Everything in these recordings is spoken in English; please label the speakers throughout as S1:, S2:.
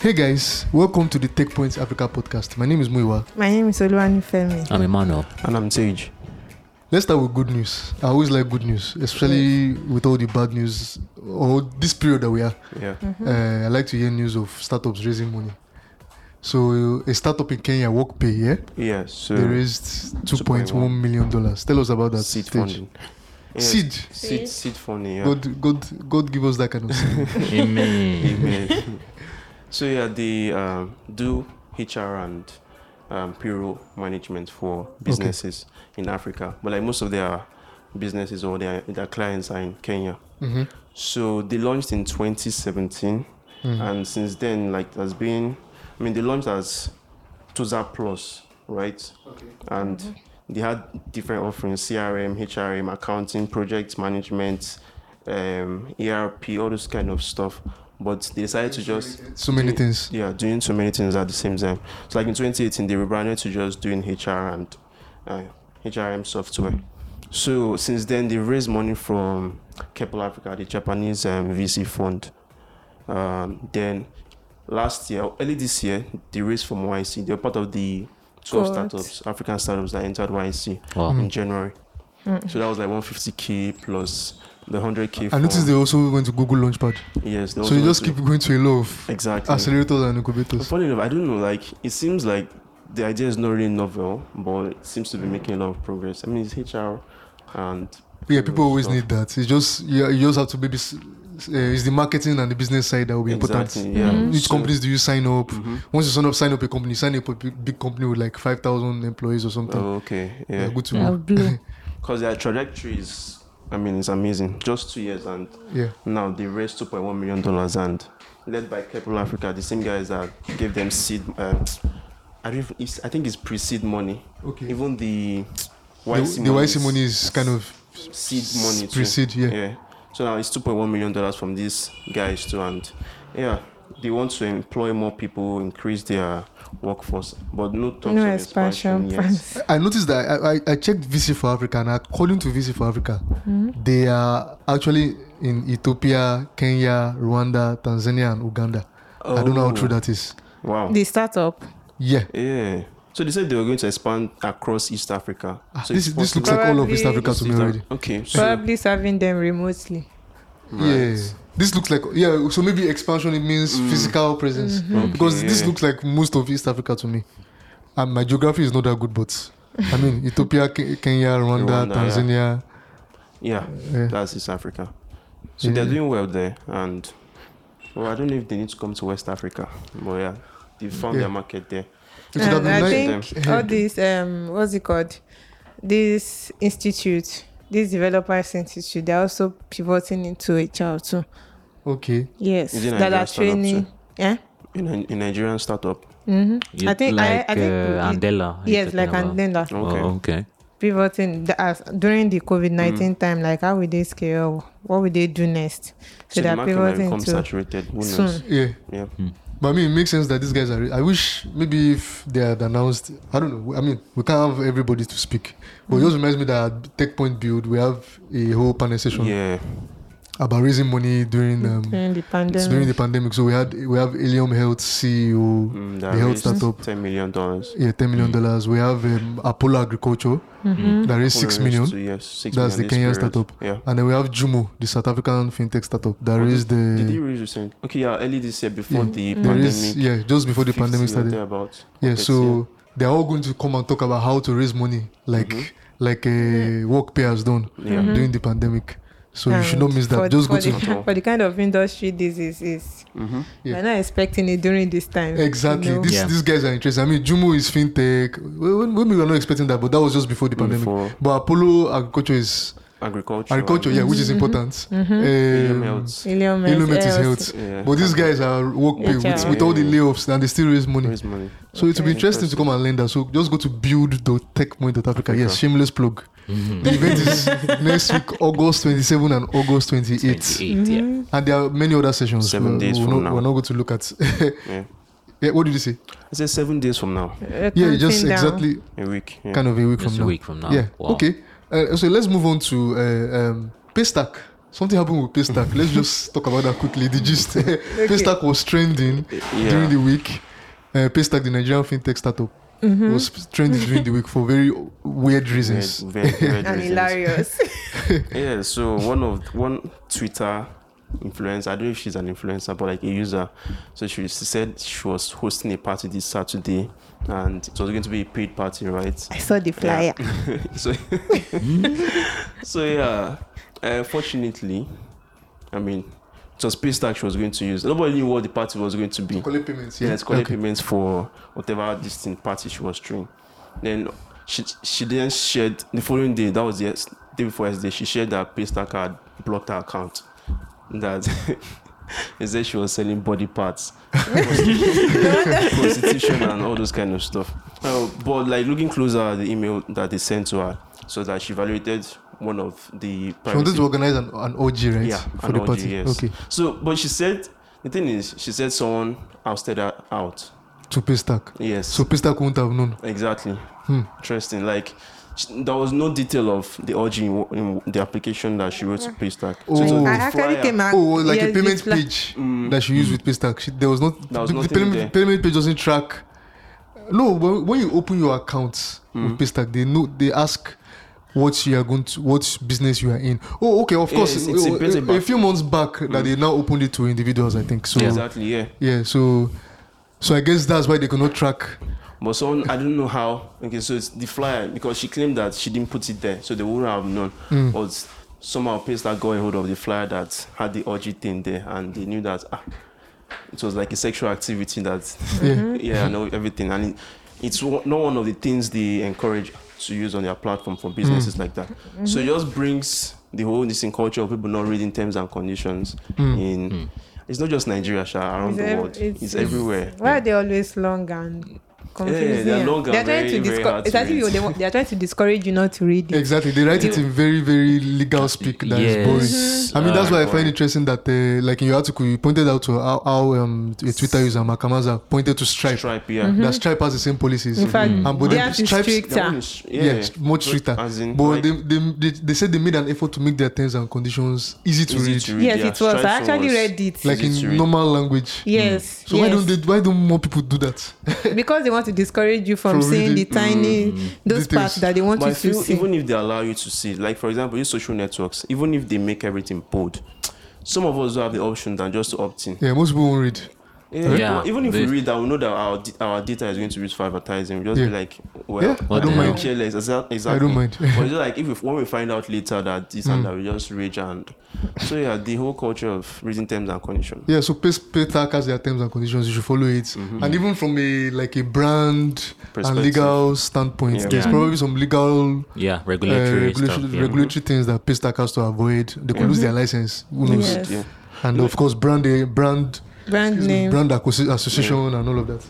S1: Hey guys, welcome to the Tech Points Africa podcast. My name is Muiwa.
S2: My name is Oluwani Femi.
S3: Ah.
S4: I'm Emmanuel.
S3: And I'm Sage.
S1: Let's start with good news. I always like good news, especially with all the bad news or this period that we are.
S3: Yeah.
S1: Uh, I like to hear news of startups raising money. So uh, a startup in Kenya, Workpay, yeah,
S3: Yeah. So
S1: they raised two point one million dollars. Tell us about that
S3: seed
S1: stage.
S3: funding. Yeah,
S1: Seed.
S3: Seed. Seed funding. Yeah.
S1: God, God, God, give us that kind of. seed.
S4: Amen.
S3: Amen. so yeah, they um, do HR and um, payroll management for businesses in Africa, but like most of their businesses or their their clients are in Kenya.
S1: Mhm.
S3: So they launched in 2017,
S1: Hmm.
S3: and since then, like there's been, I mean, they launched as Toza Plus, right? Okay. And they had different offerings: CRM, HRM, accounting, project management, um, ERP, all those kind of stuff. But they decided to just
S1: So many
S3: do-
S1: things.
S3: Yeah, doing so many things at the same time. So like in 2018, they rebranded to just doing HR and uh, HRM software. So since then, they raised money from Keppel Africa, the Japanese um, VC fund. Um, then last year, or early this year, they raised from YC. They were part of the 12
S2: Got it.
S3: startups, African startups that entered YC
S4: Wow.
S1: Hmm.
S3: in January.
S2: Mm.
S3: So that was like 150k plus the 100k.
S1: I noticed they
S3: from-
S1: also went to Google Launchpad.
S3: yes.
S1: So
S3: they also
S1: you
S3: went
S1: just
S3: to-
S1: keep going to a lot of
S3: exactly.
S1: accelerators and
S3: But
S1: incubators.
S3: Funny enough, I don't know. Like, it seems like the idea is not really novel, but it seems to be making a lot of progress. I mean, it's HR, and
S1: Yeah, people always
S3: stuff.
S1: need that. It's just yeah, you just have to maybe. s- Uh, it's the marketing and the business side that will be
S3: exactly,
S1: important.
S3: yeah.
S1: Which
S3: So-
S1: companies do you sign up?
S3: Mhm.
S1: Once you sign up, sign up a company. Sign up a big big company with like five thousand employees or something.
S3: Oh, okay,
S1: Yeah,
S3: yeah,
S1: good to
S2: I'll
S1: know.
S2: blow.
S3: because their trajectory is, I mean, it's amazing. Just two years, and
S1: Yeah.
S3: now they raised 2.1 million dollars, and led by Keppel Africa, the same guys that gave them seed. Um, I don't. It's, I think it's pre-seed money.
S1: Okay.
S3: Even the
S1: the,
S3: YC
S1: the YC
S3: is-
S1: money is kind of
S3: seed money too.
S1: Pre-seed, yeah.
S3: So now it's 2.1 million dollars from these guys too, and yeah, they want to employ more people, increase their workforce, but no talks
S2: No
S3: of
S2: expansion
S3: expansion. Yes.
S2: plans.
S1: I noticed that I, I, I checked VC for Africa, and according to VC for Africa, they are actually in Ethiopia, Kenya, Rwanda, Tanzania, and Uganda. I don't know how
S3: Oh.
S1: true that is.
S3: Wow.
S2: The startup.
S1: Yeah,
S3: yeah. So they said they were going to expand across East Africa.
S1: Ah,
S3: So
S1: this
S3: it's
S1: this looks
S3: possible-
S1: like all of East
S2: Probably-
S1: Africa to me already.
S3: Okay. So
S2: Probably serving them remotely.
S1: Yeah,
S2: Mm-hmm.
S1: this looks like yeah. So maybe expansion it means physical presence because
S3: Okay,
S1: this
S3: Mm. Mm-hmm. yeah.
S1: looks like most of East Africa to me. And my geography is not that good, but I mean Ethiopia, Ke- Kenya, Rwanda,
S3: Rwanda, yeah.
S1: Tanzania.
S3: yeah,
S1: Yeah.
S3: that's East Africa. So
S1: Yeah.
S3: they're doing well there, and well, I don't know if they need to come to West Africa, but yeah, they found
S1: Yeah.
S3: their market there.
S1: It would have
S2: And
S1: been
S2: I
S1: nice-
S2: think all these um what's it called? This institute, this developers institute, they're also pivoting into HR too.
S1: Okay.
S2: Yes.
S3: Is it
S2: That
S3: Nigerian
S2: are
S3: startup
S2: training.
S3: too?
S2: Yeah.
S3: In a, in Nigerian startup.
S2: Mm-hmm.
S4: You
S2: I think- I-
S4: like
S2: I think we-
S4: uh, Andela. you
S2: Yes,
S4: talking
S2: like
S4: about.
S2: and then that
S3: Okay.
S4: Oh, okay.
S2: pivoting the, as, during the COVID
S3: Mm.
S2: nineteen time, like how will they scale? What will they do next?
S3: So,
S2: So,
S3: the
S2: they're
S3: market might
S2: pivoting
S3: become
S2: to
S3: saturated. Who knows?
S2: soon.
S1: Yeah.
S3: Yeah.
S1: But I mean, it makes sense that these guys are. I wish maybe if they had announced, I don't know. I mean, we can't have everybody to speak. But
S3: Mm-hmm.
S1: it just reminds me that Tech Point Build, we have a whole panel session
S3: Yeah.
S1: about raising money during um,
S2: during the pandemic.
S1: during the pandemic. So we had we have Helium Health E CEO,
S3: Mm,
S1: the
S3: that
S1: health
S3: raised
S1: startup,
S3: Ten million dollars.
S1: yeah, ten
S3: Hmm.
S1: million dollars. We have um, Apollo Agriculture,
S2: Mm-hmm.
S3: Mm.
S1: that raised six million,
S3: Yes, six
S1: That's the
S3: million this
S1: Kenyan
S3: period.
S1: startup.
S3: Yeah.
S1: and then we have Jumo, the South African fintech startup, that
S3: Oh,
S1: raised
S3: Did they
S1: the.
S3: raise recent? Okay, yeah, early this year before
S1: Yeah,
S2: Mm.
S3: the
S1: there
S3: pandemic.
S1: is, yeah, just before the
S3: 50
S1: pandemic
S3: or
S1: started.
S3: thereabout.
S1: Yeah,
S3: Okay,
S1: so they're all going to come and talk about how to raise money, like like uh, WorkPay has done
S3: Mm-hmm. Yeah.
S1: during the pandemic. So you should not
S2: Mm-hmm. And
S1: miss that.
S2: for-
S1: Just go
S2: for
S1: to
S2: the, for the kind of industry this is is
S3: Mhm.
S1: Yeah.
S2: we're not expecting it during this time
S1: exactly.
S2: you know?
S1: This,
S4: Yeah.
S1: These guys are interesting. I mean, Jumo is fintech. When, when we were not expecting that, but that was just before the pandemic.
S3: Before
S1: But Apollo agriculture is
S3: agriculture.
S1: agriculture, yeah, which
S2: Mm-hmm.
S1: is important.
S3: Helium
S1: Um,
S3: health.
S2: Helium is
S1: Illumet is
S2: health.
S1: health.
S3: Yeah.
S1: But these guys are working
S2: Yeah,
S1: with,
S2: child.
S1: with all the layoffs and they still raise money.
S3: Raise money.
S1: So it will be
S3: Okay.
S1: interesting to come and learn that. So just go to build.techpoint.africa. Yes,
S3: Africa.
S1: shameless plug. The event is next week, August 27 and August 28.
S4: 28,
S2: Mm-hmm.
S4: yeah.
S1: And there are many other sessions.
S3: Seven
S1: we're,
S3: days
S1: we're
S3: from
S1: not,
S3: now.
S1: we're not going to look at.
S3: Yeah.
S1: yeah, what did you say?
S3: I said seven days from now,
S2: Uh,
S1: Yeah, just
S2: counting down.
S1: exactly
S3: a week. Yeah.
S1: kind of a week
S4: Just
S1: from
S4: a
S1: now.
S4: week from now.
S1: Yeah.
S4: Wow.
S1: Okay. Uh, so let's move on to uh, um, Paystack. Something happened with Paystack. Let's just talk about that quickly. The gist. Paystack was trending
S3: Yeah.
S1: during the week. Uh, Paystack, the Nigerian fintech startup, was trending during the week for very weird reasons.
S3: Very, very weird
S2: and
S3: reasons.
S2: hilarious.
S3: Yeah, so one of one Twitter influencer, I don't know if she's an influencer, but like a user. So she said she was hosting a party this Saturday and it was going to be a paid party, right?
S2: I saw the flyer.
S3: So, so yeah. Uh, fortunately, I mean, it was Paystack she was going to use. Nobody knew what the party was going to be.
S1: Collect payments.
S3: Yeah,
S1: Yeah,
S3: let's collect
S1: Okay.
S3: payments for whatever distant party she was throwing. Then she she then shared the following day. That was the yes- day before yesterday. She shared that Paystack had blocked her account. That it said she was selling body parts, prostitution, and all those kind of stuff. Uh, but like looking closer at the email that they sent to her, so that she evaluated one of the
S1: She wanted
S3: privacy-
S1: to organize an, an orgy, right?
S3: yeah,
S1: for
S3: an
S1: the
S3: orgy,
S1: party.
S3: yes.
S1: Okay.
S3: So, but she said the thing is, she said someone ousted her out.
S1: To Paystack.
S3: Yes.
S1: So Hmm. Paystack wouldn't have known.
S3: Exactly. Interesting. Like sh- there was no detail of the origin in, w- the application that she wrote to Paystack.
S1: Oh.
S3: it was
S2: Mm. I
S3: the
S2: actually
S3: flyer.
S2: came out.
S1: Oh, like a
S2: yes, the
S1: payment
S2: fly-
S1: page that she used with Paystack. She, there was not
S3: There Mm. was
S1: the- the,
S3: nothing
S1: payment,
S3: there.
S1: payment page doesn't track. No, when, when you open your account with
S3: Mm.
S1: Paystack, they know they ask what you are going to, what business you are in. Oh, okay, of
S3: Yeah,
S1: course.
S3: it's- it's a
S1: a-
S3: basic
S1: a,
S3: back-
S1: few months back, that they now opened it to individuals. I think so. Yeah,
S3: Exactly. Yeah.
S1: so. So I guess that's why they could not track.
S3: But someone I don't know how. Okay, so it's the flyer because she claimed that she didn't put it there, so they wouldn't have known.
S1: Hmm.
S3: But s- somehow Paystack got a hold of the flyer that had the orgy thing there, and they knew that ah, it was like a sexual activity that
S1: Yeah.
S2: Mm-hmm.
S3: yeah, I know everything, and it, it's one- not one of the things they encourage to use on their platform for businesses
S1: Hmm.
S3: like that.
S2: Mm-hmm.
S3: So it just brings the whole this in culture of people not reading terms and conditions.
S1: Hmm.
S3: In it's not just Nigeria, sha,
S2: It's
S3: around the
S2: ev-
S3: world, it's,
S2: it's- it's-
S3: everywhere.
S2: Why are they always long and confusing?
S3: they're long and
S2: They're trying
S3: very,
S2: to
S3: very
S2: discour-
S3: hard
S2: It's
S3: to
S2: as if
S3: read.
S2: they want- they're trying to discourage you not to read it.
S1: Exactly, they write it in very, very legal speak that is boring.
S4: Yes.
S1: I mean, that's
S3: Ah,
S1: why I
S3: boy.
S1: find interesting that, uh, like in your article, you pointed out to how, how um, a Twitter user, Makamaza, pointed to Stripe. Hmm.
S3: Stripe, Mm. yeah.
S1: That Stripe has the same policies.
S2: Mm-hmm. In fact,
S1: and but
S2: they
S1: then
S2: have to
S1: Stripe's-
S2: strict-
S3: That one
S2: Twitter.
S3: is-
S1: yeah, it's much stricter.
S3: As in,
S1: but
S3: Mm-hmm. like,
S1: they, they, they, they said they made an effort to make their terms and conditions easy to
S3: easy
S1: read,
S3: to read,
S2: Yes,
S3: yeah.
S2: it was.
S3: Stripes
S2: I actually
S3: was-
S2: read it.
S1: like
S3: easy to
S1: in
S3: read.
S1: normal language.
S2: yes.
S1: So
S2: yes.
S1: why don't they? Why don't more people do that?
S2: because they want to discourage you from,
S1: From
S2: seeing the
S1: reading. mm,
S2: tiny those
S1: Details.
S2: parts that they want
S3: But I
S2: you to
S3: feel
S2: see.
S3: even if they allow you to see, like for example, use social networks, even if they make everything bold, some of us don't have the option than just to opt in.
S1: yeah, most people won't read.
S3: Yeah,
S4: Yeah,
S3: Even if we
S4: they-
S3: read that, we know that our di- our data is going to be used for advertising. We just
S1: Yeah.
S3: be like, well,
S1: Yeah,
S4: I don't
S3: we
S4: mind.
S3: care less. Exa- Exactly.
S1: mind. Mm.
S3: but it's like if we, when we find out later that this and that, we just rage and so yeah, the whole culture of reading terms and conditions.
S1: Yeah, so pay, pay tax as their terms and conditions. You should follow it. And even from a like a brand and
S3: Mm-hmm. Perspective.
S1: legal standpoint,
S3: Yeah.
S1: there's
S4: Yeah.
S1: probably some legal
S4: Yeah,
S1: uh,
S4: regulatory
S1: regulatory,
S4: stuff. yeah.
S1: regulatory things that Paystack has to avoid. They could lose their license. Who knows?
S2: Yes.
S3: Yeah.
S1: And of course, brand eh, brand
S2: Brand name.
S1: brand acquisi- association and all of that.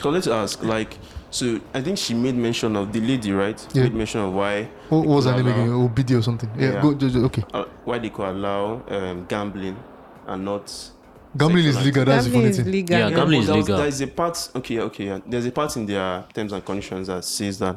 S3: So let's ask, like, so I think she made mention of the lady, right?
S1: Yeah.
S3: Made mention of why
S1: What what was
S3: they
S1: her name
S3: could
S1: again?
S3: allow-
S1: Obidi or something. Yeah,
S3: Yeah.
S1: Go, ju- ju- okay.
S3: uh, why they could allow um, gambling and not
S1: Gambling is
S3: Sexualized.
S1: legal. That's the
S2: Gambling
S1: funny
S2: is
S1: thing.
S2: legal.
S4: Yeah, gambling is
S3: But there's-
S4: legal.
S3: There's a part, okay, okay, yeah. There's a part in their terms and conditions that says that,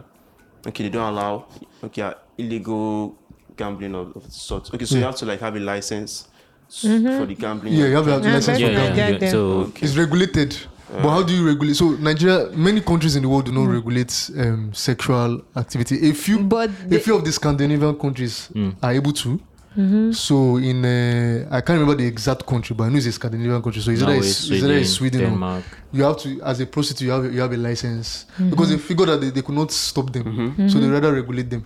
S3: okay, they don't allow, okay, uh, illegal gambling of, of sorts. Okay, so you
S1: Yeah.
S3: have to like have a license s- for the gambling.
S1: Yeah, you have a
S2: Yeah,
S1: license
S2: very
S1: for
S4: Yeah,
S2: nice.
S1: gambling.
S4: yeah,
S2: Yeah,
S4: yeah. So
S3: Okay.
S1: It's regulated. But how do you regulate? So Nigeria, many countries in the world do not regulate um, sexual activity. A few,
S2: Hmm. But
S1: a
S2: the-
S1: few of the Scandinavian countries are able to.
S2: Mm-hmm.
S1: So in uh, I can't remember the exact country, but I know it's a Scandinavian country. So is
S4: Norway,
S1: that Sweden,
S4: Sweden,
S1: is Sweden or-
S4: Denmark.
S1: you have to as a prostitute you have you have a license
S2: Mm-hmm.
S1: because they figured that they, they could not stop them, so they rather regulate them.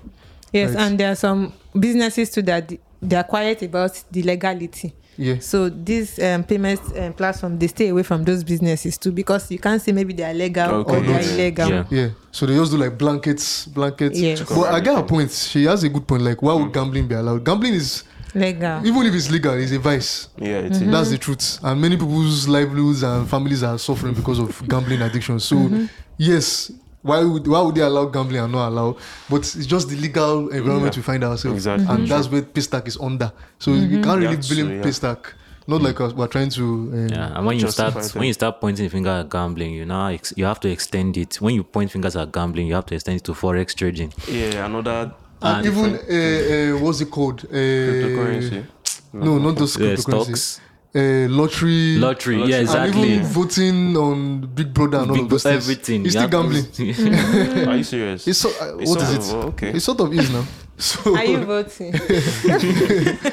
S2: Yes,
S1: Right.
S2: and there are some businesses too that th- they are quiet about the legality.
S1: Yeah.
S2: So these um, payment um, platform they stay away from those businesses too because you can't say maybe they are legal
S3: Okay.
S2: or they are
S3: Yeah.
S2: illegal.
S4: yeah.
S1: Yeah, so they just do like blankets, blankets.
S2: Yes. To
S1: But
S3: cover
S1: I get her
S3: everything.
S1: point. She has a good point. Like, why would gambling be allowed? Gambling is,
S2: Legal.
S1: even if it's legal, it's a vice.
S3: Yeah, it is.
S4: Mm-hmm.
S1: That's the truth. And many people's livelihoods and families are suffering because of gambling addiction. So,
S4: Mm-hmm.
S1: yes, why would why would they allow gambling and not allow? But it's just the legal environment
S3: Yeah.
S1: we find ourselves,
S3: Exactly.
S4: Mm-hmm.
S1: and that's where Paystack is under. So you can't really
S3: Yeah, so,
S1: blame
S3: yeah.
S1: Paystack. Not like us, we're trying to. Um,
S4: Yeah, and when you
S3: Justify
S4: start
S3: them.
S4: when you start pointing the finger at gambling, you now ex- you have to extend it. When you point fingers at gambling, you have to extend it to forex trading.
S3: Yeah, another
S1: And
S4: And
S1: even uh, uh, what's it called? Uh,
S3: cryptocurrency.
S1: No, not those
S4: Yeah,
S1: cryptocurrencies.
S4: stocks,
S1: Uh, lottery,
S4: lottery. Yeah,
S1: and
S4: exactly.
S1: even voting on Big Brother and all
S4: Big
S1: of those
S4: Bo-
S1: things.
S4: everything.
S1: It's still
S4: You have to-
S1: gambling.
S2: Mm-hmm.
S3: Are you serious?
S1: It's so, uh,
S3: It's
S1: what is
S3: sort
S1: it?
S3: of- oh, okay.
S1: It sort of is now. So
S2: Are you voting?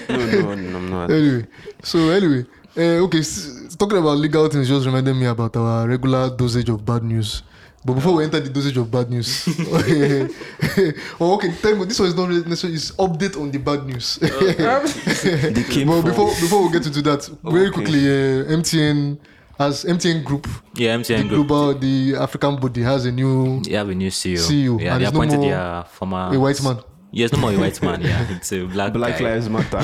S3: no, no, no, I'm not.
S1: anyway, so anyway, uh, okay, s- talking about legal things just reminded me about our regular dosage of bad news. But before we enter the dosage of bad news, oh, okay, tell me, this one is not really necessarily it's update on the bad news.
S3: They came
S1: but
S3: from-
S1: before before we get into that, very
S3: Okay.
S1: quickly, uh, MTN has MTN Group,
S4: Yeah,
S1: the
S4: MTN Group.
S1: global, the African body has a new
S4: They have a new CEO.
S1: CEO,
S4: Yeah,
S1: E and
S4: they
S1: it's no
S4: appointed
S1: more
S4: their former
S1: a white man.
S4: Yes, no more a white man. Yeah, it's a black,
S3: Black
S4: guy.
S3: Lives Matter.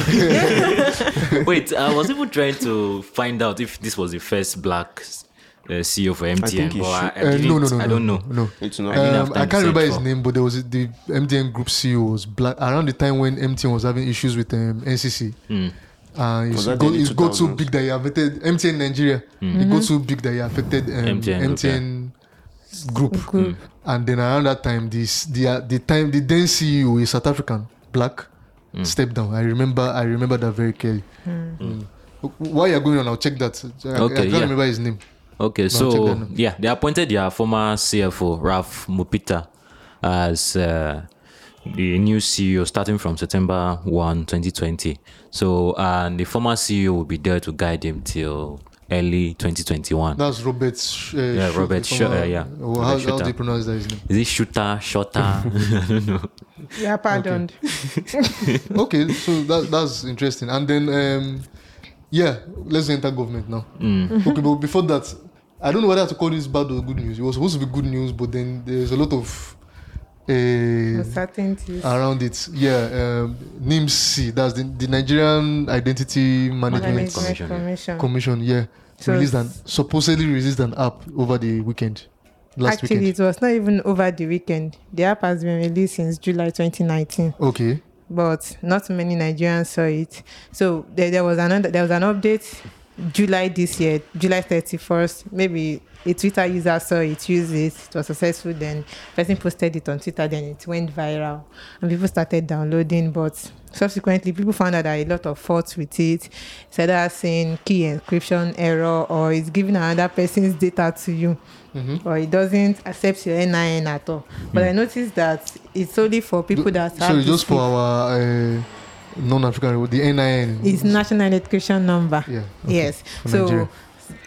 S4: Wait, I was even trying to find out if this was the first black uh, CEO for MTN,
S3: think it
S4: but I, I,
S1: Uh,
S4: didn't,
S1: no, no, no,
S4: I
S1: no,
S4: don't know.
S1: No,
S3: it's not.
S4: I didn't have
S1: Um,
S4: time
S1: I
S4: to
S1: can't remember
S4: search
S1: his
S4: for-
S1: name, but there was a- the MTN Group CEO was black around the time when MTN was having issues with um, NCC.
S4: Hmm.
S1: Uh,
S3: Was
S1: it's
S3: that
S1: go,
S3: the
S1: it's got so
S3: 2000s?
S1: big that he affected MTN Nigeria.
S4: Mm-hmm.
S1: It got so big that he affected um,
S4: MTN
S1: MTN,
S4: Group,
S1: group.
S2: Good.
S1: And then around that time, this the uh, the time the then CEO is South African black
S4: Mm.
S1: stepped down. I remember I remember that very clearly. Mm. While you're going on, I'll check that. I, I
S4: Okay,
S1: can't
S4: yeah.
S1: remember his name.
S4: Okay,
S1: check
S4: so
S1: that now.
S4: yeah, they appointed their former CFO Ralph Mupita as uh, the new CEO starting from September 1, 2020. So, and the former CEO will be there to guide him till early 2021.
S1: That's Robert. Sh- uh,
S4: Yeah,
S1: Shu-
S4: Robert Shu-
S1: former-
S4: uh, yeah,
S1: Well,
S4: Robert
S1: how, how
S4: Shuter.
S1: do you pronounce that his name?
S4: Is it shooter, shorter? I don't know.
S2: You are pardoned.
S1: okay, so that that's interesting. And then um yeah, let's enter government now.
S4: Mm,
S1: Okay, but before that, I don't know whether to call this bad or good news. It was supposed to be good news, but then there's a lot of uh,
S2: Uncertainties.
S1: around it. Yeah, um NIMC, that's the, the Nigerian Identity Management
S2: Management
S4: Commission, yeah.
S2: Commission.
S1: Commission, yeah.
S2: So
S1: released an
S2: it's-
S1: supposedly released an app over the weekend. Last
S2: Actually,
S1: weekend.
S2: it was not even over the weekend. The app has been released since July 2019,
S1: Okay.
S2: but not many Nigerians saw it. So there, there was another there was an update July this year, July 31st. Maybe a Twitter user saw it, used it, it was successful. Then person posted it on Twitter, then it went viral, and people started downloading. But subsequently, people found out that a lot of faults with it. It's either saying key encryption error, or it's giving another person's data to you
S1: Mhm.
S2: or it doesn't accept your NIN at all. But
S1: Hmm.
S2: I noticed that it's only for people that have
S1: Sorry,
S2: to
S1: just for
S2: speak.
S1: our uh, non-African, the NIN.
S2: it's national education number.
S1: yeah.
S2: Yes.
S1: For
S2: so,
S1: Nigeria.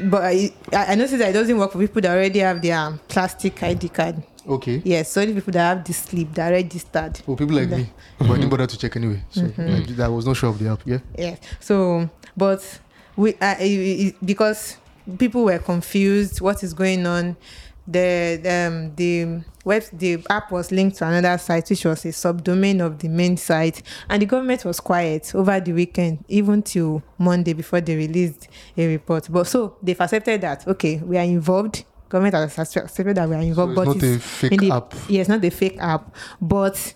S2: but I, I I noticed that it doesn't work for people that already have their plastic ID card.
S1: Okay.
S2: Yes, so only people that have the slip that are registered.
S1: Well, people like
S2: Yeah.
S1: me, but I didn't bother to check anyway. So
S2: Mm-hmm.
S1: I, did- I was not sure of the app. Yeah.
S2: Yes. So, but we I- I- I- because people were confused what is going on. The um the web the app was linked to another site which was a subdomain of the main site, and the government was quiet over the weekend, even till Monday before they released a report. But so they've accepted that okay, we are involved. Government has accept- accepted that we are
S1: So
S2: involved,
S1: it's
S2: but
S1: not
S2: it's-
S1: a fake
S2: in the-
S1: app.
S2: Yes, not the fake app, but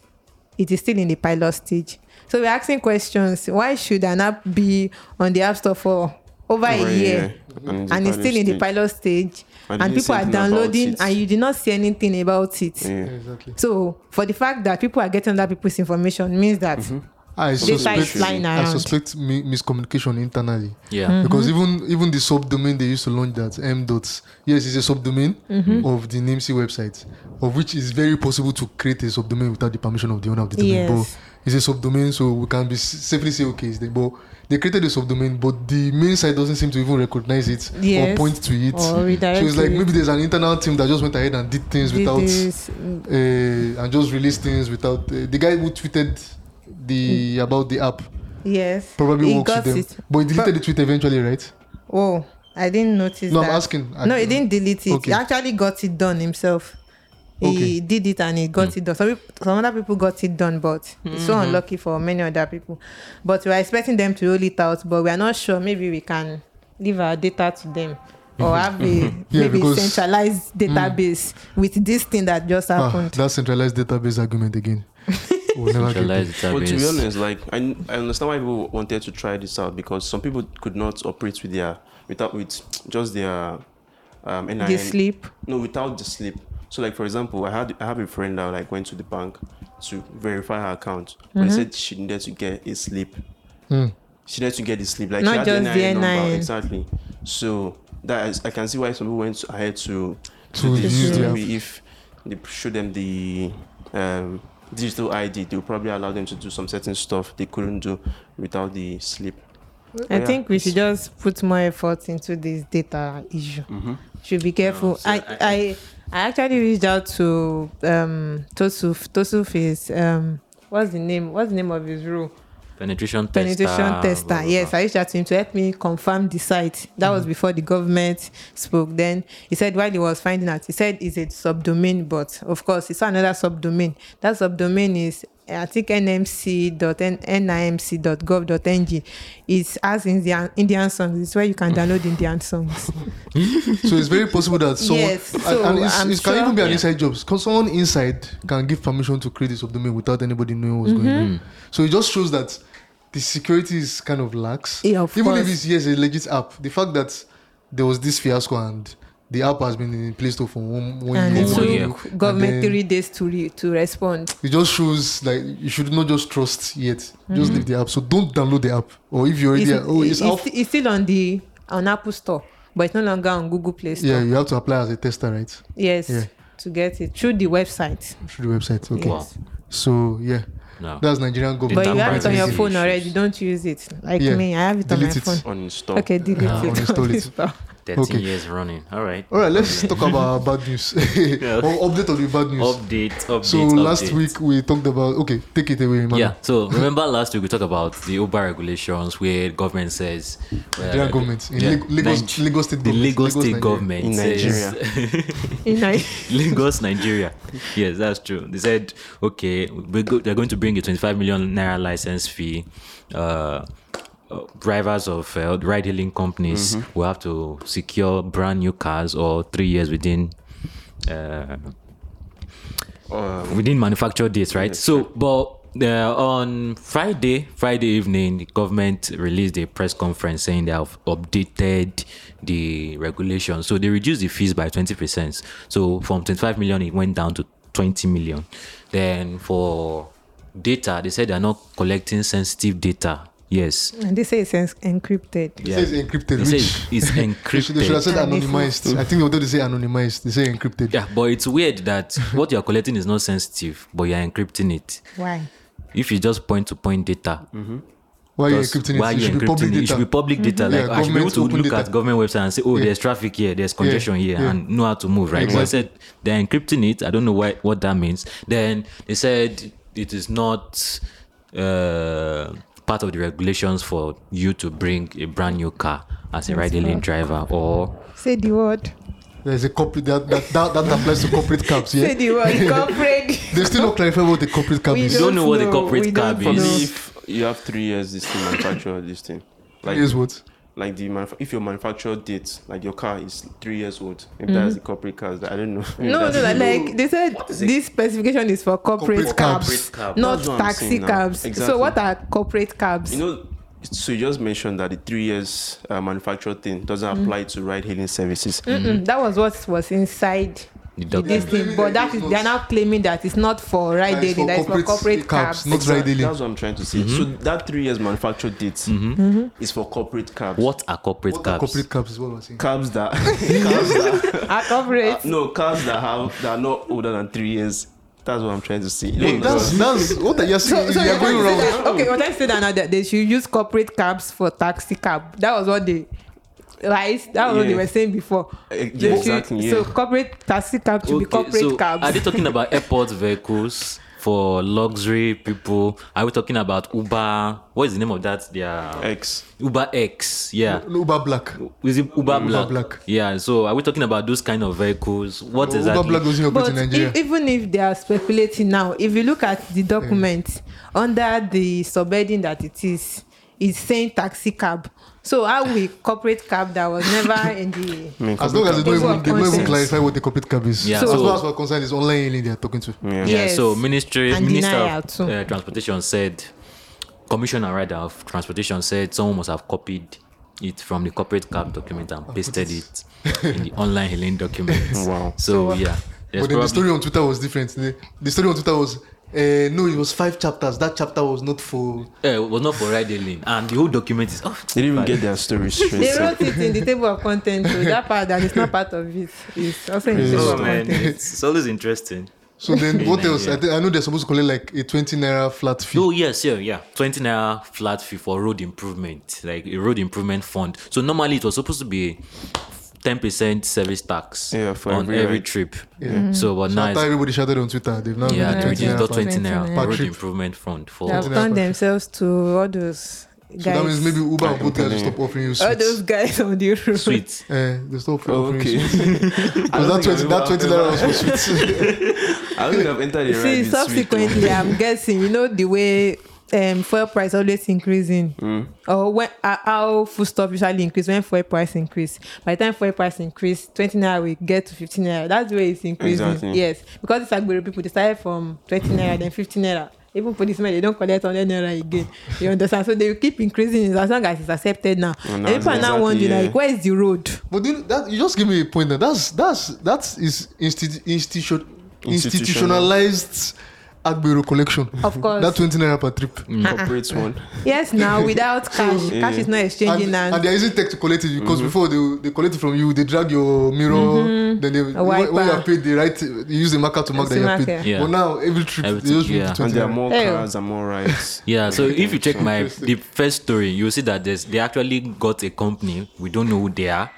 S2: it is still in the pilot stage. So we're asking questions. Why should an app be on the app store for over
S3: Over
S2: a
S3: a
S2: year?
S3: year, and it's a
S2: And it's still
S3: pilot
S2: in the
S3: stage.
S2: pilot stage,
S3: I
S2: and
S3: didn't
S2: people
S3: see
S2: are
S3: anything about
S2: downloading,
S3: it.
S2: and you did not see anything about it.
S3: Yeah.
S1: exactly.
S2: So, for the fact that people are getting other people's information means that
S3: Mm-hmm.
S1: I
S2: Data is
S1: suspect,
S2: flying
S1: I
S2: around. Mm-hmm.
S1: suspect mi- miscommunication internally
S4: Yeah.
S1: because even even the subdomain they used to launch that m dots yes it's a subdomain
S2: Mm-hmm.
S1: of the NameC website of which it's very possible to create a subdomain without the permission of the owner of the domain.
S2: Yes.
S1: But it's a subdomain, so we can be s- safely say okay, it's the but they created a subdomain, but the main site doesn't seem to even recognize it or
S2: Yes.
S1: point to it.
S2: or redirect
S1: So it's like
S2: to it.
S1: maybe there's an internal team that just went ahead and did things
S2: Did
S1: without
S2: this, mm,
S1: uh, and just released things without uh, the guy who tweeted the about the app
S2: yes,
S1: probably
S2: Mm. He
S1: works with
S2: got
S1: them.
S2: it.
S1: But he deleted the tweet eventually, right?
S2: Oh, I didn't notice
S1: No,
S2: that.
S1: I'm asking. I-
S2: no, he didn't delete it.
S1: Okay.
S2: He actually got it done himself. He
S1: Okay. Hmm.
S2: did it and he got it done. Some, peop- some other people got it done, but it's so unlucky for many other people. But we're expecting them to roll it out, but we're not sure. Maybe we can leave our data to them or have a maybe
S1: because- Hmm.
S2: centralized database with this thing that just
S1: Ah,
S2: happened.
S1: that centralized database argument again. We'll never get there.
S4: Centralized
S3: But to be
S4: database.
S3: honest, like I, I understand why people wanted to try this out because some people could not operate with their without with just their um NIN.
S2: the sleep.
S3: No, without the slip. So like for example, I had I have a friend that like went to
S2: Mm-hmm.
S1: Hmm.
S3: the bank to verify her account, but he said she needed to get a slip. she needed to get the sleep. Like
S2: Not
S3: she had
S2: just
S3: the
S2: the
S3: NIN
S2: NIN.
S3: number exactly. So that is, I can see why some people went ahead to
S1: To
S3: this.
S1: use
S3: So
S1: the app.
S3: we- if they show them the um, digital ID, they will probably allow them to do some certain stuff they couldn't do without the sleep.
S2: I
S3: Yeah,
S2: think we
S3: it's-
S2: should just put more effort into this data issue.
S3: Mhm.
S2: Should be careful.
S4: so
S2: I,
S4: I-
S2: I, I actually reached out to um Tosuf. Tosuf is um what's the name? What's the name of his role?
S4: Penetration tester.
S2: penetration tester.
S4: blah, blah,
S2: Yes,
S4: blah.
S2: I reached out to him to help me confirm the site. That
S1: Mm.
S2: was before the government spoke. Then he said while he was finding out, he said it's a subdomain, but of course it's another subdomain. That subdomain is eh, I think nmc.nimc.gov.ng. It's as Indian Indian songs. It's where you can download Indian songs.
S1: So it's very possible that someone
S2: Yes,
S1: and-
S2: so
S1: and it's,
S2: I'm
S1: it can
S2: sure-
S1: even be an
S4: Yeah.
S1: inside job. Because someone inside can give permission to create this subdomain without anybody knowing what's going
S2: Mm-hmm.
S1: on. So it just shows that the security is kind of lax.
S2: Yeah, of
S1: even
S2: course.
S1: if it's yes a legit app, the fact that there was this fiasco and the app has been in Play Store for one, one
S2: and
S1: year.
S2: it
S4: Oh,
S2: took
S4: yeah.
S2: government
S1: And then-
S2: three days to re- to respond.
S1: It just shows like you should not just trust yet. Just
S2: Mm-hmm.
S1: leave the app. So don't download the app. Or if you already
S2: It's,
S1: are, oh it's,
S2: it's,
S1: off.
S2: it's still on the on Apple Store, but it's no longer on Google Play Store.
S1: yeah, you have to apply as a tester, right?
S2: Yes,
S1: Yeah.
S2: to get it through the website.
S1: Through the website. Okay.
S4: Wow.
S1: So yeah,
S4: No.
S1: that's Nigerian
S2: But
S1: government.
S2: you
S4: Data
S2: have it on your
S4: privacy
S2: phone
S4: issues.
S2: already. Don't use it. Like
S1: Yeah.
S2: me, I have it on
S1: Delete
S2: my
S1: it.
S2: phone.
S3: Uninstall.
S2: Okay, delete
S1: Yeah,
S2: it.
S1: uninstall it.
S4: Thirteen
S1: Okay.
S4: years running. All right.
S1: All right, let's talk about bad news. Or update on the bad news.
S4: Update. Update.
S1: so last
S4: update.
S1: week we talked about. Okay, take it away, man.
S4: Yeah. So remember last week we talked about the Uber regulations where government says
S1: Nigerian government, in Lag- Lagos-
S4: Nige-
S1: Lagos State
S4: the
S1: government,
S4: Lagos,
S1: Lagos,
S4: state
S1: Nigeria.
S4: government
S3: In
S4: says-
S2: You know,
S4: Lagos, Nigeria. Yes, that's true. They said, okay, we're go- they're going to bring a 25 million naira license fee. Uh, uh, drivers of uh, ride-hailing companies will have to secure brand new cars or three years within uh,
S3: Um,
S4: we didn't manufacture this, right? So, but uh, on Friday, Friday evening, the government released a press conference saying they have updated the regulation. So they reduced the fees by 20%. So from 25 million, it went down to 20 million. Then for data, they said they're not collecting sensitive data. Yes.
S2: and they say it's en- encrypted.
S1: It says encrypted,
S4: They say
S1: which-
S4: it's
S1: They should, they should have
S4: encrypted.
S1: said
S2: Encrypted.
S1: anonymized. I think although they say anonymized, they say encrypted.
S4: Yeah, but it's weird that what you're collecting is not sensitive, but you're encrypting it.
S2: Why?
S4: If you just point to point data,
S1: Why are you
S4: Because
S1: encrypting
S4: why
S1: it? It
S4: you
S1: should be
S4: encrypting
S1: public
S4: it? It should
S1: data.
S4: be
S1: Mm-hmm.
S4: public data.
S1: Yeah,
S4: Like I should be able
S1: government
S4: to
S1: open
S4: look
S1: data.
S4: at government website and say, oh,
S1: Yeah.
S4: there's traffic here, there's congestion here,
S1: yeah.
S4: and know how to move, right? But I
S1: Exactly.
S4: said they're encrypting it. I don't know why what that means. Then they said it is not uh, part of the regulations for you to bring a brand new car as a ride-hailing driver or
S2: Say the word.
S1: There's a corporate that that, that that applies to corporate cabs.
S2: Say
S1: Yeah,
S2: the word. Corporate.
S1: they still not clarify what a corporate cab
S2: We
S1: is.
S4: don't know what the corporate
S2: we
S4: cab
S2: don't
S3: For
S4: is.
S2: know.
S3: me, if you have three years, this thing manufacture this thing. Like
S1: Here's what.
S3: like the manuf- if your manufacture date, like your car is three years old. If that's the corporate cars, I don't know. Maybe
S2: Mm-hmm. No,
S3: that's
S2: no,
S3: the-
S2: like they said, this specification is for corporate,
S1: Corporate
S2: cabs,
S1: cabs.
S4: Corporate cab.
S2: not
S3: That's what I'm
S2: taxi
S3: saying now.
S2: cabs. So
S3: Exactly.
S2: what are corporate cabs?
S3: You know, so you just mentioned that the three years uh, manufacture thing doesn't
S2: Mm-hmm.
S3: apply to ride-hailing services.
S2: Mm-mm, that was what was inside
S4: the
S2: this
S4: document.
S2: thing, but that is they are now claiming that it's not for ride
S1: That is for
S2: hailing, that is for
S1: corporate
S2: corporate
S1: cabs,
S2: cabs.
S1: not
S3: Exact-
S1: ride-hailing.
S3: That's what I'm trying to say. So
S1: Mm-hmm.
S3: that three years manufacture date
S2: Mm-hmm.
S3: is for corporate cabs.
S4: What are corporate
S1: What are
S4: cabs?
S1: corporate cabs is what we're saying.
S3: Cabs that, cabs that
S2: Are Ah, corporate.
S1: Ah,
S3: no cars that have that are not older than three years. That's what I'm trying to say.
S1: No, that's that's what are you
S2: So,
S1: saying.
S2: so
S1: you
S2: you're
S1: are
S2: trying
S1: going
S2: to say
S1: wrong.
S2: that, okay, what I said now that they should use corporate cabs for taxi cab. That was what they right? That was what they
S3: Yeah.
S2: were saying before.
S3: Eh,
S2: They
S3: yeah,
S2: should-
S3: exactly,
S2: So
S3: yeah.
S2: corporate taxi cab should be corporate
S4: so
S2: cabs.
S4: Are they talking about airport vehicles for luxury people? Are we talking about Uber? What is the name of that? Their
S3: X.
S4: Uber X, yeah.
S1: Uber Black.
S4: Is it Uber, Black?
S1: Black.
S4: Yeah. So are we talking about those kind of vehicles? What is
S1: Uber Black
S4: that?
S1: doesn't operate
S2: but
S1: in Nigeria.
S2: if, even if they are speculating now, if you look at the document
S1: Mm.
S2: under the subheading that it is, it's saying taxi cab. So how will corporate cab that was never in the
S4: Hmm.
S3: I mean,
S1: As long as they don't
S2: Those
S1: even,
S2: are
S1: they don't even
S2: concepts.
S1: clarify what the corporate cab is.
S4: Yeah,
S1: so, as
S4: so-
S1: far as we're concerned, it's online hailing they are talking to.
S3: yeah.
S4: Yeah.
S2: Yes.
S4: So ministry
S2: And
S4: minister
S2: denial
S4: of
S2: too.
S4: uh, transportation said, commissioner rather of transportation said someone must have copied it from the corporate cab document
S1: Oh,
S4: and pasted it in the online hailing document.
S3: Wow.
S4: So yeah. There's
S1: but then the
S4: probably-
S1: story on Twitter was different. The, the story on Twitter was Uh, no, it was five chapters. That chapter was not for.
S4: Eh, it was not for riding lane, and the whole document is. Oh,
S3: They didn't even get their story straight.
S2: They
S3: so-
S2: wrote it in the table of content, so that part that is not part of it is also in the table
S4: Oh
S2: of
S4: man,
S2: content.
S4: it's, it's always interesting.
S1: So then, what
S4: Yeah,
S1: else? I,
S4: yeah.
S1: thi- I know they're supposed to collect like a twenty naira flat fee.
S4: Oh yes, yeah, yeah. Twenty naira flat fee for road improvement, like a road improvement fund. So normally it was supposed to be ten percent service tax
S3: Yeah, for
S4: on
S3: every
S4: every,
S3: ride.
S4: trip. So but now
S1: After
S4: it's,
S1: everybody shouted on Twitter, they've now
S4: Mm-hmm. yeah,
S1: yeah,
S4: they
S2: Yeah,
S1: twenty
S4: reduced
S1: naira.
S4: that
S1: flat.
S2: naira.
S4: twenty naira
S1: Per
S4: road
S1: trip.
S4: improvement fund for
S2: They have
S1: Something
S2: turned
S1: else.
S2: themselves to all those guys.
S1: So that means maybe Uber and Bolt
S3: I'm
S1: will
S3: telling you.
S1: stop offering
S4: Uh,
S1: you
S2: all
S1: sweets.
S2: those guys on the road.
S4: sweet.
S1: Eh, they stop
S3: Oh,
S1: offering
S3: okay.
S1: you sweets. Because that twenty, that twenty naira was for sweets.
S3: I don't think I've entered a ride
S2: See,
S3: with sweet,
S2: subsequently, I'm guessing, you know, the way um, fuel price always increasing,
S3: Mm.
S2: or when uh, how foodstuff usually increase when fuel price increase. By the time fuel price increase, 20 naira we get to 15 naira. That's the way it's increasing.
S3: Exactly.
S2: Yes, because it's Agbero people, they started from 20 naira, then 15 naira. Even policemen, they don't collect 100 naira again. You understand? So they will keep increasing it as long as it's accepted now.
S3: And
S2: And people are now
S3: exactly,
S2: wondering,
S3: yeah.
S2: like, where is the road?
S1: But you, know, that, you just give me a point there. That's that's that is institu- institution, institutionalized Agbero collection.
S2: Of course.
S1: That twenty naira per trip.
S4: Mm.
S3: though. Corporate one.
S2: Yes, now without cash,
S3: Yeah.
S2: cash is not exchanging
S1: And,
S2: hands.
S1: and they're using tech to collect it
S4: Mm-hmm.
S1: because before they, they collect it from you, they drag your mirror, then they
S2: Mm-hmm. A
S1: when, when you are
S2: wiper.
S1: paid, they write they use the marker to mark
S2: It's
S1: that you are
S2: marker.
S1: paid.
S4: Yeah.
S1: But now every trip
S4: Every
S1: they
S4: trip,
S1: just give
S4: yeah.
S1: you
S3: And
S1: twenty
S3: there are
S1: naira.
S3: more
S2: Ew.
S3: cars and more rides.
S4: Yeah, so if you check my
S1: Interesting.
S4: the first story, you'll see that there's they actually got a company. We don't know who they are.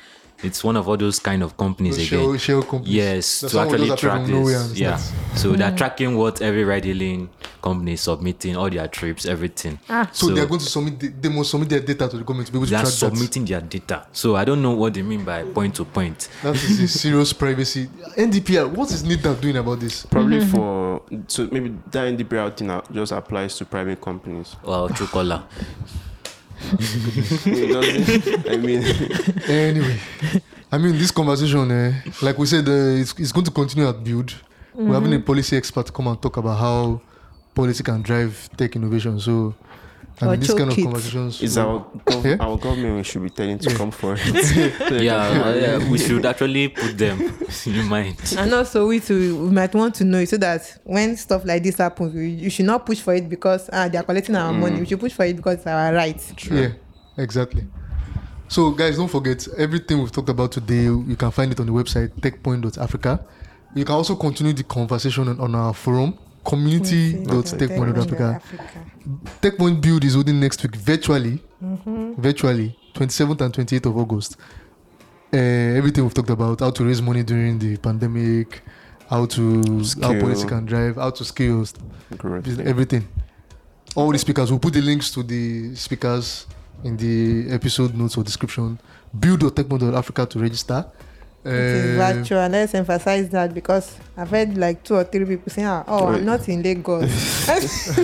S4: It's one of all those kind of companies again.
S1: Shell, shell companies.
S4: Yes,
S1: That
S4: to
S1: someone
S4: actually
S1: just appeared
S4: track
S1: from nowhere
S4: this.
S1: and
S4: Yeah.
S1: starts-
S4: So they're tracking what every ride-hailing company is submitting, all their trips, everything.
S2: Ah.
S1: So, they are going to submit. the- They must submit their data to the government to be able to
S4: they are
S1: track that.
S4: submitting their data. So I don't know what they mean by point to point.
S1: That is a serious privacy. NDPR. What is NIDA doing about this?
S3: Probably
S4: Mm-hmm.
S3: for so maybe that NDPR thing out just applies to private companies.
S4: Well, true color.
S3: It doesn't- I mean,
S1: anyway, I mean, this conversation, eh, like we said, uh, it's, it's going to continue at Build. We're having
S2: Mm-hmm.
S1: a policy expert come and talk about how policy can drive tech innovation. So, and
S2: Or
S1: in this kind
S2: choke
S1: of
S2: it.
S1: conversations,
S3: it's
S1: we-
S3: our gov-
S1: Yeah?
S3: our government we should be telling to come for it.
S4: Yeah, yeah, we should actually put them in mind.
S2: and also we too we might want to know it so that when stuff like this happens we, you should not push for it because ah they are collecting our money we should push for it because it's our right
S1: yeah, exactly. So, guys, don't forget everything we've talked about today. You can find it on the website techpoint.africa. You can also continue the conversation on, on our forum community.techpoint.africa. TechPoint Build is holding next week virtually,
S2: Mm-hmm.
S1: virtually, 27th and 28th of August. Uh, everything we've talked about, how to raise money during the pandemic, how to how
S3: Scale.
S1: policy can drive, how to scale, s-
S3: Correct.
S1: everything. All the speakers. We'll put the links to the speakers in the episode notes or description. Build.techpoint.africa to register.
S2: it is
S1: Uh,
S2: virtual let's emphasize that because i've heard like two or three people saying ah, oh
S3: Right.
S2: i'm not in lagos it's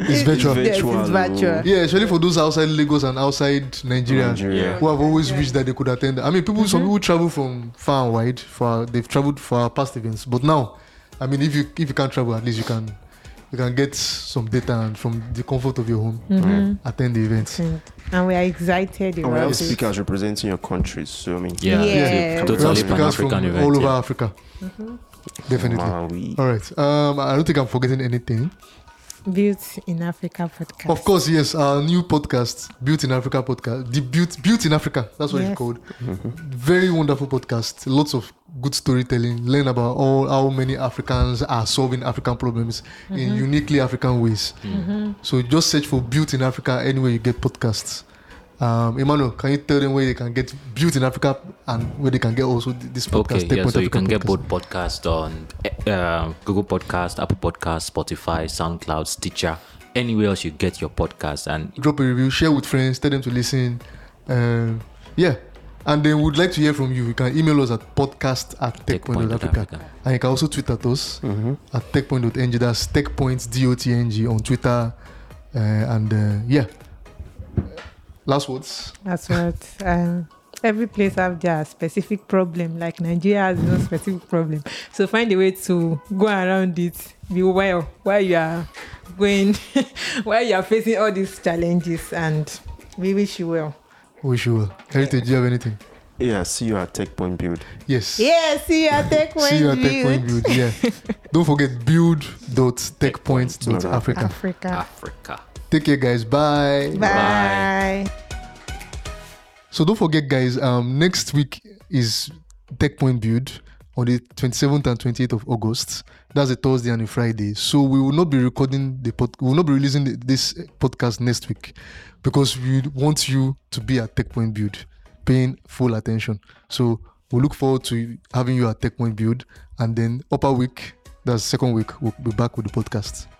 S1: It's virtual.
S2: yes, it's virtual
S1: Yeah, especially for those outside Lagos and outside Nigeria.
S3: Nigeria.
S1: who have always wished that they could attend. I mean, people. Some people travel from far and wide. For they've traveled for our past events, but now, I mean, if you if you can't travel, at least you can you can get some data and from the comfort of your home
S2: Mm-hmm.
S1: attend the event.
S2: and we are excited
S3: And we
S2: about
S3: have
S2: it
S3: speakers representing your countries, so I mean,
S2: Yeah.
S4: Yeah,
S1: We have
S4: totally
S1: speakers from
S4: pan-African event.
S1: all over
S4: yeah.
S1: Africa. Definitely.
S3: Malawi.
S1: All right. Um, I don't think I'm forgetting anything.
S2: built in africa podcast
S1: Of course, yes, our new podcast, Built in Africa podcast, the Built Built in Africa, that's what
S2: Yes.
S1: it's called.
S3: Mm-hmm,
S1: Very wonderful podcast. Lots of good storytelling. Learn about all how many Africans are solving African problems in
S4: Mm-hmm.
S1: uniquely African ways.
S2: Mm-hmm.
S1: So just search for Built in Africa anywhere you get podcasts. Um, Emmanuel, can you tell them where they can get Built in Africa and where they can get also th- this podcast?
S4: Okay,
S1: Tech
S4: yeah,
S1: Point
S4: so you
S1: Africa
S4: can get
S1: podcast?
S4: both podcasts on eh, uh, Google Podcast, Apple Podcast, Spotify, SoundCloud, Stitcher, anywhere else you get your podcast. And
S1: drop a review, share with friends, tell them to listen. Um, yeah. And then we'd like to hear from you. You can email us at podcast at techpoint.africa.
S4: techpoint.africa.
S1: And you can also tweet at us
S3: mm-hmm.
S1: at techpoint.ng. That's techpoint, D-O-T-N-G on Twitter. Uh, and uh, yeah. Last words.
S2: That's what. Um, every place have their specific problem. Like Nigeria has no specific problem, so find a way to go around it. Be aware while you are going, while you are facing all these challenges, and we wish you well.
S1: Wish you well. Heritage, do you have anything?
S3: Yeah, see you at Tech Point Build.
S1: Yes.
S2: Yeah, see you at Tech
S1: See you at
S2: Point
S1: Tech Point
S2: Build.
S1: Build. Yeah. Don't forget build.techpoint.africa.
S2: Africa.
S4: Africa.
S1: Take care, guys. Bye.
S2: Bye.
S1: So don't forget, guys. Um, next week is Tech Point Build on the 27th and 28th of August. That's a Thursday and a Friday. So we will not be recording the pod. We will not be releasing the, this podcast next week because we want you to be at Tech Point Build, paying full attention. So we look forward to having you at Tech Point Build, and then upper week. That's second week. We'll be back with the podcast.